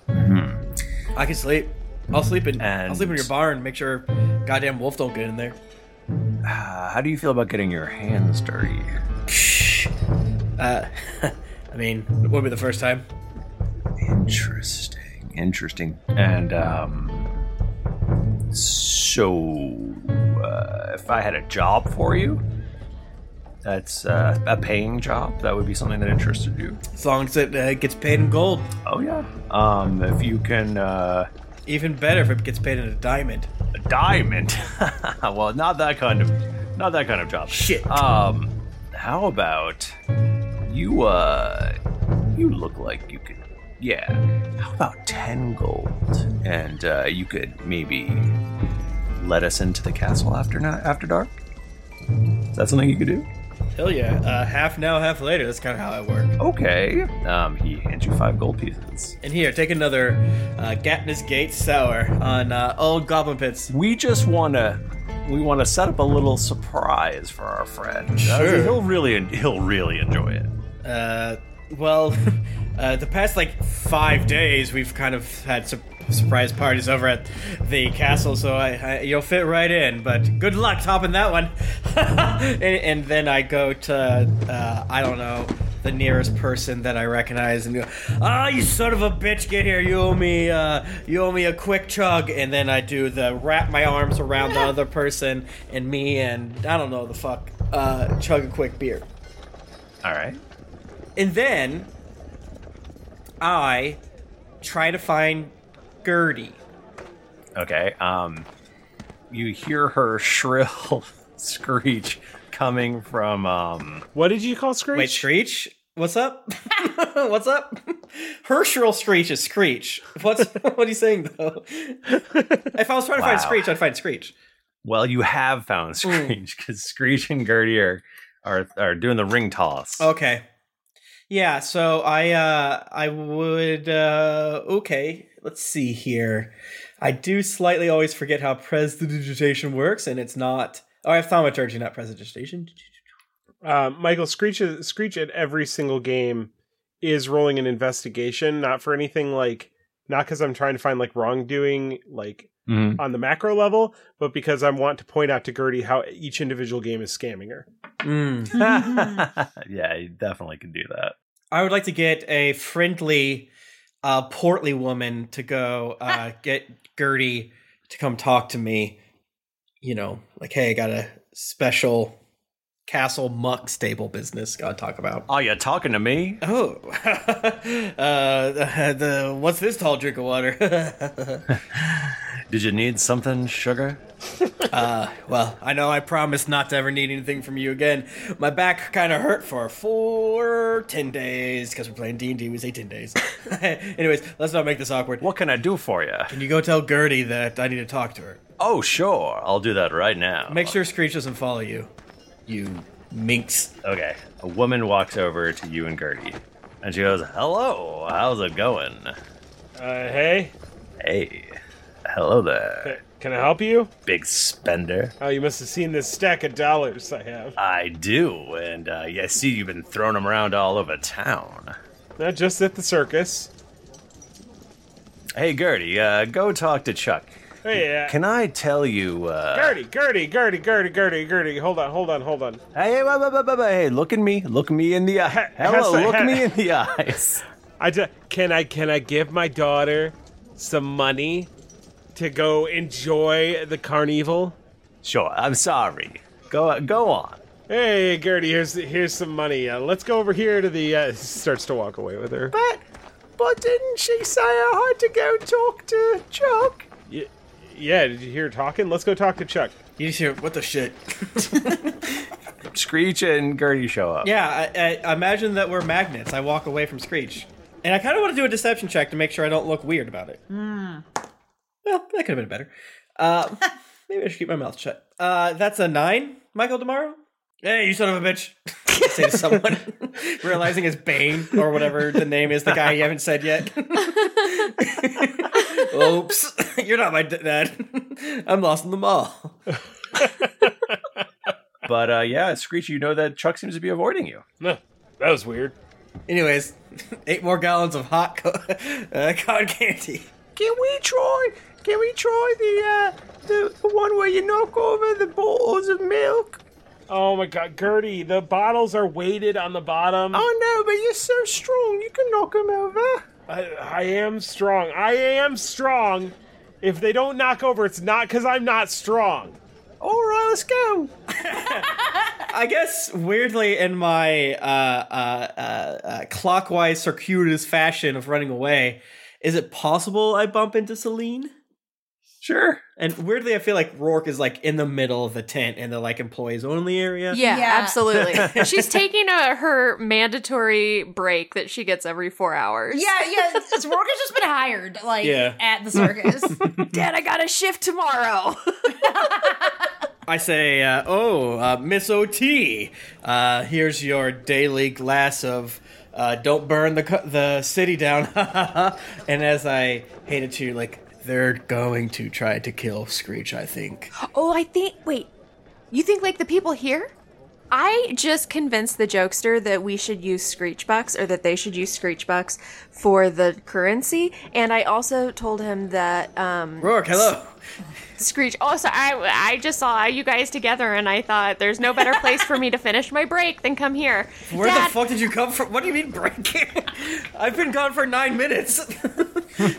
D: I can sleep. I'll sleep in. I'll sleep in your barn. Make sure goddamn wolf don't get in there.
A: Uh, how do you feel about getting your hands dirty?
D: Uh, I mean, it won't be the first time.
A: Interesting. Interesting. And um, so uh, if I had a job for you, that's uh, a paying job. That would be something that interested you.
D: As long as it uh, gets paid in gold.
A: Oh yeah. Um, if you can. Uh,
D: Even better if it gets paid in a diamond.
A: A diamond. well, not that kind of, not that kind of job. Shit. Um, how about you? Uh, you look like you could. Yeah. How about ten gold, and uh, you could maybe let us into the castle after ni- after dark. Is that something you could do?
D: Hell yeah. Uh, half now, half later. That's kind of how I work.
A: Okay. Um, he hands you five gold pieces.
D: And here, take another uh, Gatness Gate sour on uh, old Goblin Pits.
A: We just want to we want to set up a little surprise for our friend.
D: Sure.
A: Uh, He'll really he'll really enjoy it.
D: Uh, well, uh, the past like five days, we've kind of had su- surprise parties over at the castle, so I, I you'll fit right in. But good luck topping that one. and, and then I go to uh, I don't know the nearest person that I recognize and go, ah, you son of a bitch, get here! You owe me, uh, you owe me a quick chug. And then I do the wrap my arms around the other person and me and I don't know the fuck, uh, chug a quick beer.
A: All right.
D: And then I try to find Gertie.
A: Okay. Um, you hear her shrill screech coming from um.
C: What did you call Screech?
D: Wait, Screech? What's up? What's up? Her shrill screech is Screech. What's what are you saying though? if I was trying to
A: Wow.
D: find Screech, I'd find Screech. Hmm.
A: Well, you have found Screech because Screech and Gertie are, are are doing the ring toss.
D: Okay. Yeah, so I uh I would uh okay, let's see here. I do slightly always forget how prestidigitation works and it's not Oh, I have thaumaturgy, not prestidigitation.
C: Uh, Michael Screech is, Screech at every single game is rolling an investigation, not for anything like not because I'm trying to find like wrongdoing like
G: Mm.
B: Mhm.
C: on the macro level, but because I want to point out to Gertie how each individual game is scamming her.
B: Mm. yeah, you definitely can do that.
D: I would like to get a friendly, uh, portly woman to go uh, get Gertie to come talk to me. You know, like, hey, I got a special castle muck stable business. Got to talk about.
B: Oh, you talking to me?
D: Oh, uh, the, the what's this tall drink of water?
B: Did you need something, sugar?
D: uh, well, I know I promised not to ever need anything from you again. My back kind of hurt for four ten days because we're playing D and D. We say ten days. Anyways, let's not make this awkward.
B: What can I do for you? Can
D: you go tell Gertie that I need to talk to her?
B: Oh, sure. I'll do that right now.
D: Make sure Screech doesn't follow you. You minx.
B: Okay. A woman walks over to you and Gertie, and she goes, "Hello. How's it going?"
C: Uh, hey.
B: Hey. Hello there.
C: Can I help you?
B: Big spender.
C: Oh, you must have seen this stack of dollars I have.
B: I do, and uh, yeah, see, you've been throwing them around all over town.
C: Not just at the circus.
B: Hey, Gertie, uh, go talk to Chuck.
C: Hey, uh,
B: Can I tell you? Uh,
C: Gertie, Gertie, Gertie, Gertie, Gertie, Gertie. Hold on, hold on, hold on.
B: Hey, hey, wait, wait, wait, wait, wait, hey, look at me. Look me in the eye. Hello,
C: Has-
B: look
C: ha-
B: me in the eyes.
C: I d- can I can I give my daughter some money to go enjoy the carnival?
B: Sure. I'm sorry. Go go on.
C: Hey, Gertie, here's here's some money. Uh, let's go over here to the. Uh, starts to walk away with her.
G: But, but didn't she say I had to go talk to Chuck?
C: Y- yeah, did you hear her talking? Let's go talk to Chuck.
D: You just hear what the shit.
B: Screech and Gertie show up.
D: Yeah, I, I imagine that we're magnets. I walk away from Screech, and I kind of want to do a deception check to make sure I don't look weird about it. Well, that could have been better. Uh, maybe I should keep my mouth shut. Uh, that's a nine, Michael Demaro. Hey, you son of a bitch! I say to someone, realizing it's Bane or whatever the name is, the guy you haven't said yet. Oops, you're not my d- dad. I'm lost in the mall.
B: But uh, yeah, Screech, you know that Chuck seems to be avoiding you.
C: No, that was weird.
D: Anyways, eight more gallons of hot co- uh, cotton candy.
G: Can we try? Can we try the uh, the, the one where you knock over the bottles of milk?
C: Oh my God, Gertie, the bottles are weighted on the bottom.
G: Oh no, but you're so strong, you can knock them over.
C: I, I am strong. I am strong. If they don't knock over, it's not because I'm not strong.
G: All right, let's go.
D: I guess weirdly, in my uh, uh, uh, uh, clockwise circuitous fashion of running away, is it possible I bump into Celine?
B: Sure.
D: And weirdly, I feel like Rourke is like in the middle of the tent in the like employees only area.
E: Yeah, absolutely. She's taking a, her mandatory break that she gets every four hours.
F: Yeah, yeah. It's work has just been hired, like
D: Yeah.
F: at the circus.
E: Dad, I got a shift tomorrow.
D: I say, uh, oh, uh, Miss OT, uh, here's your daily glass of uh, don't burn the co- the city down. and as I hate it to like, they're going to try to kill Screech. I think.
E: Oh, I think. Wait, you think like the people here? I just convinced the jokester that we should use screech bucks or that they should use screech bucks for the currency, and I also told him that um,
D: Rourke, hello.
E: Screech. Also, I I just saw you guys together, and I thought there's no better place for me to finish my break than come here.
D: Where the fuck did you come from? What do you mean breaking? I've been gone for nine minutes.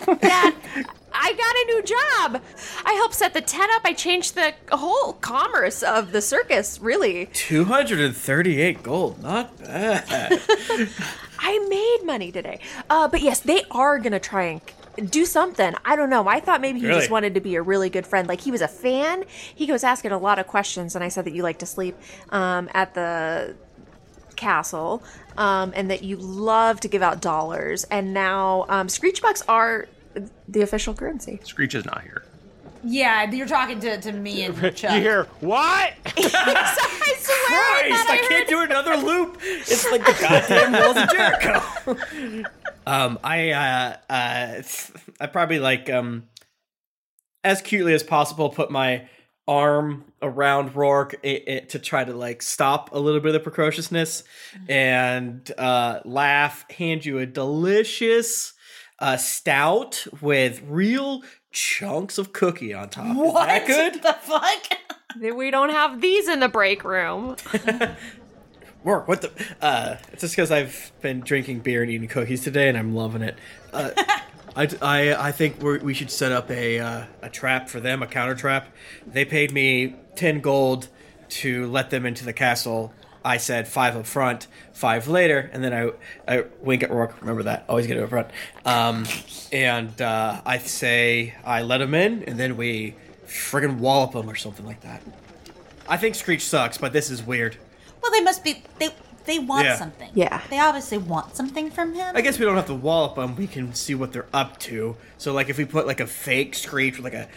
E: I got a new job. I helped set the tent up. I changed the whole commerce of the circus. Really,
D: 238 gold, not bad.
E: I made money today. Uh, but yes, they are gonna try and c- do something. I don't know. I thought maybe he
D: Really?
E: just wanted to be a really good friend. Like he was a fan. He was asking a lot of questions, and I said that you like to sleep um, at the castle, um, and that you love to give out dollars. And now um, screechbucks are the official currency.
B: Screech is not here.
F: yeah, you're talking to, to me and Chuck.
C: You hear what?
F: I
E: swear.
D: Christ, I can't do another loop. It's like the goddamn walls of Jericho. um, I uh, uh, I probably like um, as cutely as possible put my arm around Rourke i i to try to like stop a little bit of the precociousness and uh, laugh, hand you a delicious uh, stout with real chunks of cookie on top. Is that
E: What
D: good?
E: the fuck? We don't have these in the break room.
D: Rourke, what the? Uh, it's just because I've been drinking beer and eating cookies today, and I'm loving it. Uh, I, I, I think we're, we should set up a uh, a trap for them, a counter trap. They paid me ten gold to let them into the castle. I said five up front, five later, and then I I wink at Rourke. Remember that. Always get it up front. Um, and uh, I say I let them in, and then we friggin' wallop them or something like that. I think Screech sucks, but this is weird.
F: Well, they must be. They they want
D: Yeah.
F: something.
D: Yeah.
F: They obviously want something from him.
D: I guess we don't have to wallop them. We can see what they're up to. So, like, if we put like a fake screech with like a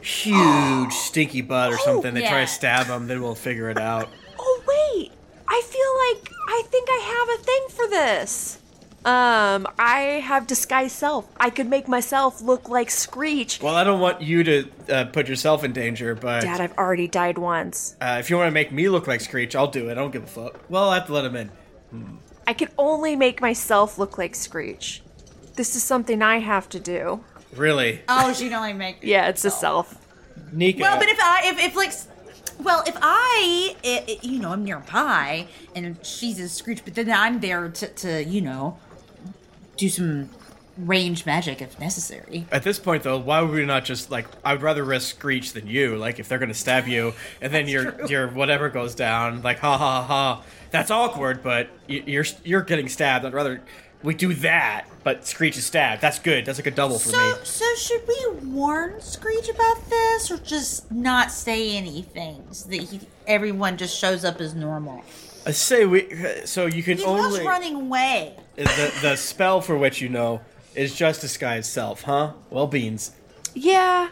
D: huge stinky butt or something, they try
E: Oh, yeah.
D: to stab them. Then we'll figure it out.
E: Oh wait, I feel like I think I have a thing for this. Um, I have disguised self. I could make myself look like Screech.
D: Well, I don't want you to uh, put yourself in danger, but
E: Dad, I've already died once.
D: uh, if you want to make me look like Screech, I'll do it. I don't give a fuck. Well, I have to let him in. Hmm.
E: I can only make myself look like Screech. This is something I have to do.
D: Really,
F: Oh, she can only make.
E: Yeah, it's a self.
D: Nika?
F: Well, but if I if, if like, s- well, if I, i i you know, I'm nearby and she's a Scrooge, but then I'm there to to you know, do some range magic if necessary.
D: At this point, though, why would we not just like? I would rather risk Screech than you. Like, if they're gonna stab you, and then your your whatever goes down, like ha ha ha. That's awkward, but y- you're you're getting stabbed. I'd rather we do that, but Screech is stabbed. That's good. That's like a double for
F: So
D: me.
F: so should we warn Screech about this or just not say anything so that he everyone just shows up as normal?
D: I say we. So you can
F: He loves
D: only
F: running away.
D: the the spell for which you know is just disguise self, huh? Well, beans.
E: Yeah.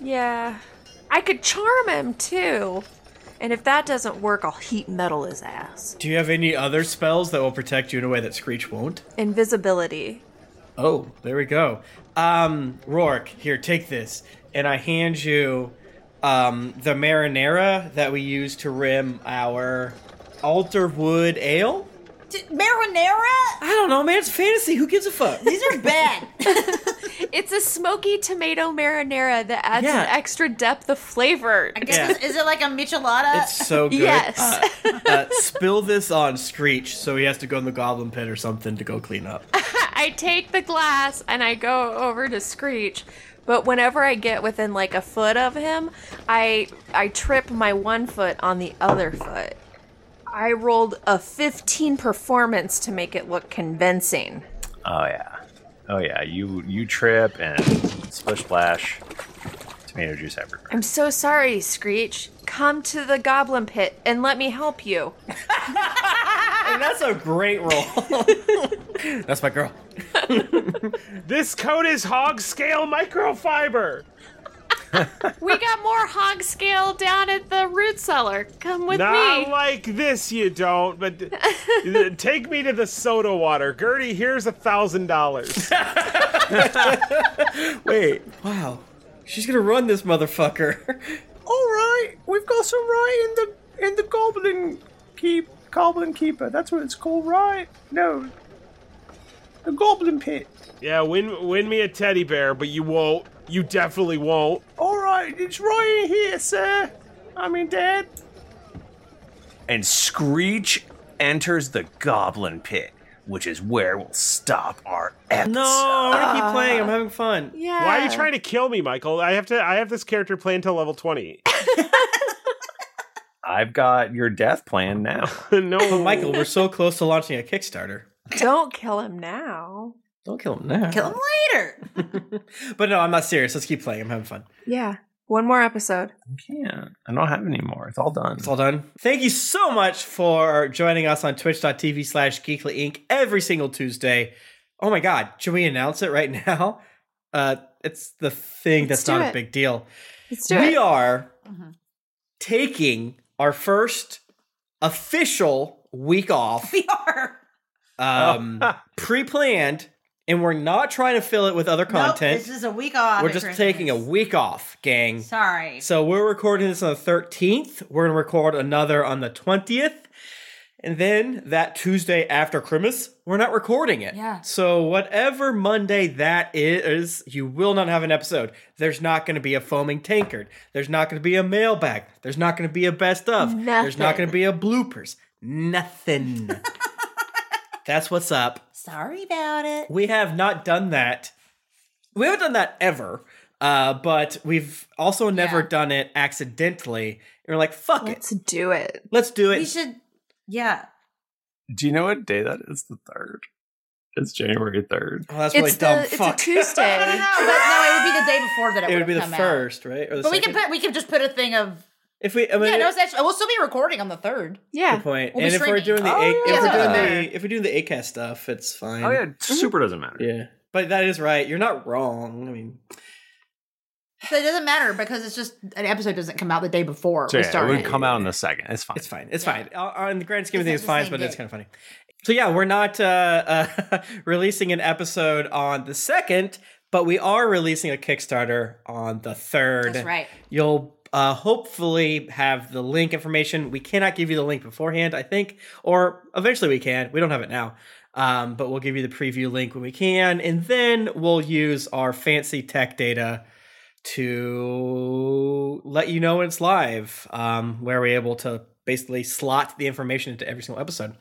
E: Yeah. I could charm him too. And if that doesn't work, I'll heat metal his ass.
D: Do you have any other spells that will protect you in a way that Screech won't?
E: Invisibility.
D: Oh, there we go. Um, Rourke, here, take this, and I hand you um, the marinara that we use to rim our altar wood ale.
F: D- marinara?
D: I don't know, man. It's fantasy. Who gives a fuck?
F: These are bad.
E: It's a smoky tomato marinara that adds
D: Yeah.
E: an extra depth of flavor. I
D: guess Yeah. it's-
F: Is it like a michelada?
D: It's so good.
E: Yes.
D: Uh, uh, spill this on Screech, so he has to go in the goblin pit or something to go clean up.
E: I take the glass and I go over to Screech, but whenever I get within like a foot of him, I I trip my one foot on the other foot. I rolled a 15 performance to make it look convincing.
B: Oh yeah, oh yeah. You you trip and splish splash. Tomato juice everywhere.
E: I'm so sorry, Screech. Come to the goblin pit and let me help you.
D: and that's a great roll. That's my girl.
C: This coat is hog scale microfiber.
E: we got more hog scale down at the root cellar. Come with
C: Not
E: me.
C: like this, you don't. But th- th- take me to the soda water, Gertie. Here's a thousand dollars.
D: Wait, wow. She's gonna run this motherfucker.
G: All right, we've got some right in the in the goblin keep goblin keeper. That's what it's called, right? No, the goblin pit.
C: yeah, win win me a teddy bear, but you won't. You definitely won't.
G: All right, it's right in here, sir. I mean, Dad.
B: and Screech enters the goblin pit, which is where we'll stop our episode.
C: No,
D: I wanna keep playing. I'm having fun.
E: Yeah.
C: Why are you trying to kill me, Michael? I have to. I have this character planned till level twenty.
B: I've got your death plan now.
C: no,
D: Oh, Michael, we're so close to launching a Kickstarter.
E: Don't kill him now.
D: Don't kill him now.
F: Kill him later.
D: But no, I'm not serious. Let's keep playing. I'm having fun.
E: Yeah. One more episode.
B: Yeah. I don't have any more. It's all done. It's
D: all done. Thank you so much for joining us on twitch.tv slash geekly inc every single Tuesday. Oh my god, should we announce it right now? Uh it's the thing
M: Let's
D: that's
M: do
D: not a
M: it.
D: big deal.
E: Let's
M: do
D: we
M: it.
D: are taking our first official week off. We
F: are.
D: Um pre-planned And we're not trying to fill it with other
F: Nope,
D: content.
F: this is a week off.
D: we're
F: at
D: just
F: Christmas.
D: taking a week off, gang.
F: Sorry.
D: So we're recording this on the 13th. We're going to record another on the 20th. And then that Tuesday after Christmas, we're not recording it.
F: Yeah.
D: So whatever Monday that is, you will not have an episode. There's not going to be a foaming tankard. There's not going to be a mailbag. There's not going to be a best of. There's not going to be a bloopers. Nothing. That's what's up.
F: Sorry about it.
D: We have not done that. We haven't done that ever. Uh, but we've also never done it accidentally. And we're like, fuck it.
E: Let's do it.
D: Let's do it.
F: We should. Yeah.
B: Do you know what day that is? The third. It's January third.
D: Oh, that's
E: it's the, it's a Tuesday.
F: No, no, no, but no, it would be the day before that it,
B: It would
F: would've
B: be the
F: come out.
D: first, right? Or the
F: But we can
D: second?
F: put we can just put a thing of
D: if we, I mean,
F: yeah. No, it's actually we'll still be recording on the third.
E: Yeah.
D: Good point.
F: We'll be
D: and if we're
F: streaming.
D: doing the,
F: Oh,
D: A- if
F: yeah.
D: we're doing
F: Yeah.
D: the if we're doing the Acast stuff, it's fine.
B: Oh yeah, it super doesn't matter.
D: Yeah, but that is right. You're not wrong. I mean,
F: So it doesn't matter because it's just an episode doesn't come out the day before
B: So
F: we
B: yeah,
F: start.
B: it would come out in a second. It's fine.
D: It's fine. It's fine. Uh, On the grand scheme of things,
F: It's
D: it's
F: not the
D: fine,
F: same
D: but it's
F: day.
D: kind of funny. So yeah, we're not uh, uh, releasing an episode on the second, but we are releasing a Kickstarter on the third.
F: That's right.
D: You'll uh, hopefully have the link information. We cannot give you the link beforehand, I think, or eventually we can. We don't have it now. Um, but we'll give you the preview link when we can, and then we'll use our fancy tech data to let you know when it's live, um, where we're able to basically slot the information into every single episode.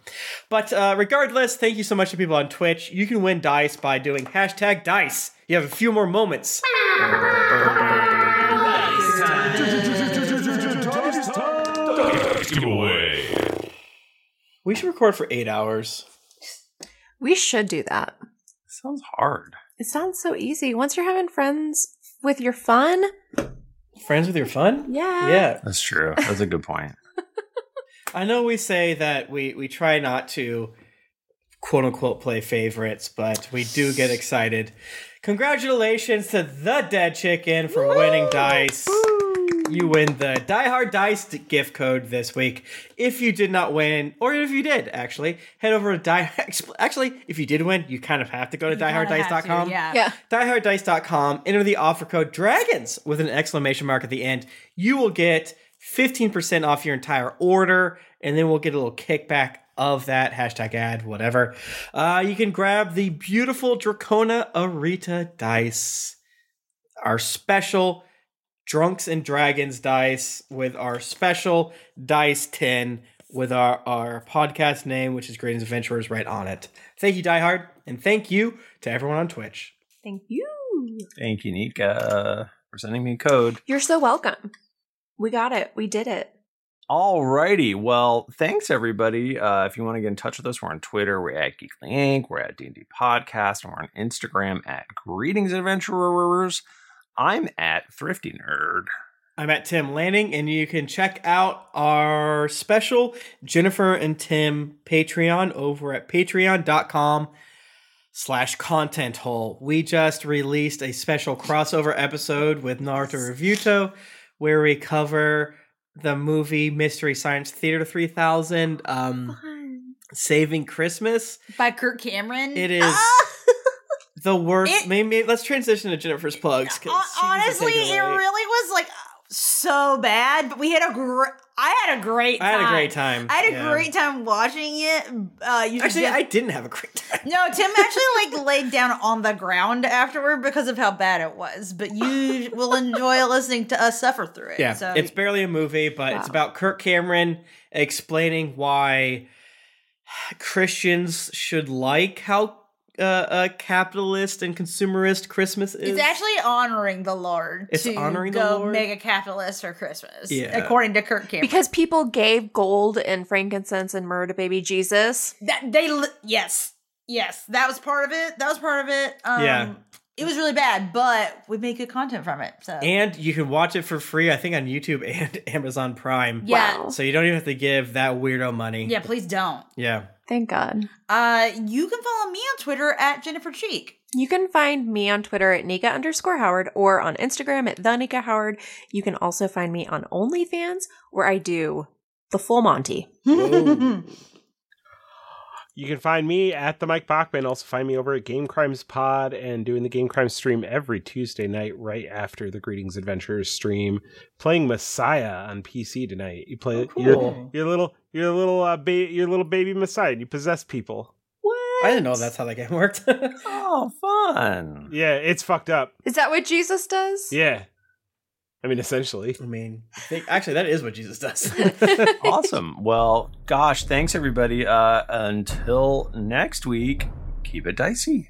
D: But uh, regardless, thank you so much to people on Twitch. You can win dice by doing hashtag dice. You have a few more moments. We should record for eight hours.
E: We should do that.
B: Sounds hard.
E: It sounds so easy. Once you're having friends with your fun,
D: Friends with your fun?
E: Yeah.
D: Yeah.
B: That's true. That's a good point.
D: I know we say that we we try not to quote unquote play favorites, but we do get excited. Congratulations to the Dead Chicken for winning dice. You win the Die Hard Dice d- gift code this week. If you did not win, or if you did, actually, head over to Die. Actually, if you did win, you kind of have to go to
F: kinda have to,
D: dieharddice.com.
F: yeah. Yeah.
D: Dieharddice.com, enter the offer code DRAGONS with an exclamation mark at the end. You will get 15% off your entire order, and then we'll get a little kickback of that hashtag ad, whatever. Uh, you can grab the beautiful Dracona Arita dice, our special Drunks and Dragons dice with our special dice tin with our, our podcast name, which is Greetings Adventurers, right on it. Thank you, Die Hard, and thank you to everyone on Twitch.
E: thank you.
B: Thank you, Nika, for sending me a code.
E: You're so welcome. We got it. We did it.
B: Alrighty. Well, thanks everybody. Uh, if you want to get in touch with us, we're on Twitter, we're at Geekly Inc., we're at D&D Podcast, and we're on Instagram at Greetings Adventurers. I'm at Thrifty Nerd.
D: I'm at Tim Lanning, and you can check out our special Jennifer and Tim Patreon over at patreon.com slash content hole. We just released a special crossover episode with Naruto Revuto where we cover the movie Mystery Science Theater 3000, um, Saving Christmas.
F: by Kirk Cameron. Uh,
D: It is the worst.
F: Ah! It-
D: maybe, let's transition to Jennifer's plugs. 'cause she needs to
F: Honestly,
D: take
F: it
D: away.
F: really was like so bad, but we had a great. I had a great.
D: I
F: Time.
D: had a great time,
F: I had a
D: yeah.
F: great time watching it. Uh, you
D: Actually,
F: did-
D: I didn't have a great time.
F: No, Tim actually like laid down on the ground afterward because of how bad it was. But you will enjoy listening to us suffer through it.
D: Yeah,
F: so.
D: it's barely a movie, but it's
F: Wow.
D: about Kirk Cameron explaining why Christians should like how uh, uh, capitalist and consumerist Christmas is.
F: It's actually honoring the Lord
D: It's
F: to
D: honoring the
F: go
D: Lord?
F: mega capitalist for Christmas,
D: Yeah.
F: according to Kirk Cameron.
E: Because people gave gold and frankincense and myrrh to baby Jesus.
F: That they li- yes, yes, that was part of it. That was part of it. Um,
D: Yeah.
F: it was really bad, but we made good content from it. So
D: and you can watch it for free, I think, on YouTube and Amazon Prime.
F: Yeah. Wow.
D: So you don't even have to give that weirdo money.
F: yeah, please don't.
D: Yeah.
E: Thank God.
F: Uh, you can follow me on Twitter at Jennifer Cheek.
E: You can find me on Twitter at Nika underscore Howard or on Instagram at the Nika Howard. You can also find me on OnlyFans where I do the full Monty.
C: You can find me at the Mike Bachman. Also find me over at Game Crimes Pod and doing the Game Crimes stream every Tuesday night right after the Greetings Adventures stream. Playing Messiah on PC tonight. You play your
D: cool.
C: your little your little uh, ba- your little baby Messiah. and You possess people.
D: I didn't know that's how that game worked.
B: oh, fun.
C: Yeah, it's fucked up.
E: Is that what Jesus does?
C: Yeah. I mean, essentially.
D: I mean, I think, actually, that is what Jesus does.
B: awesome. Well, gosh, thanks everybody. Uh, until next week, keep it dicey.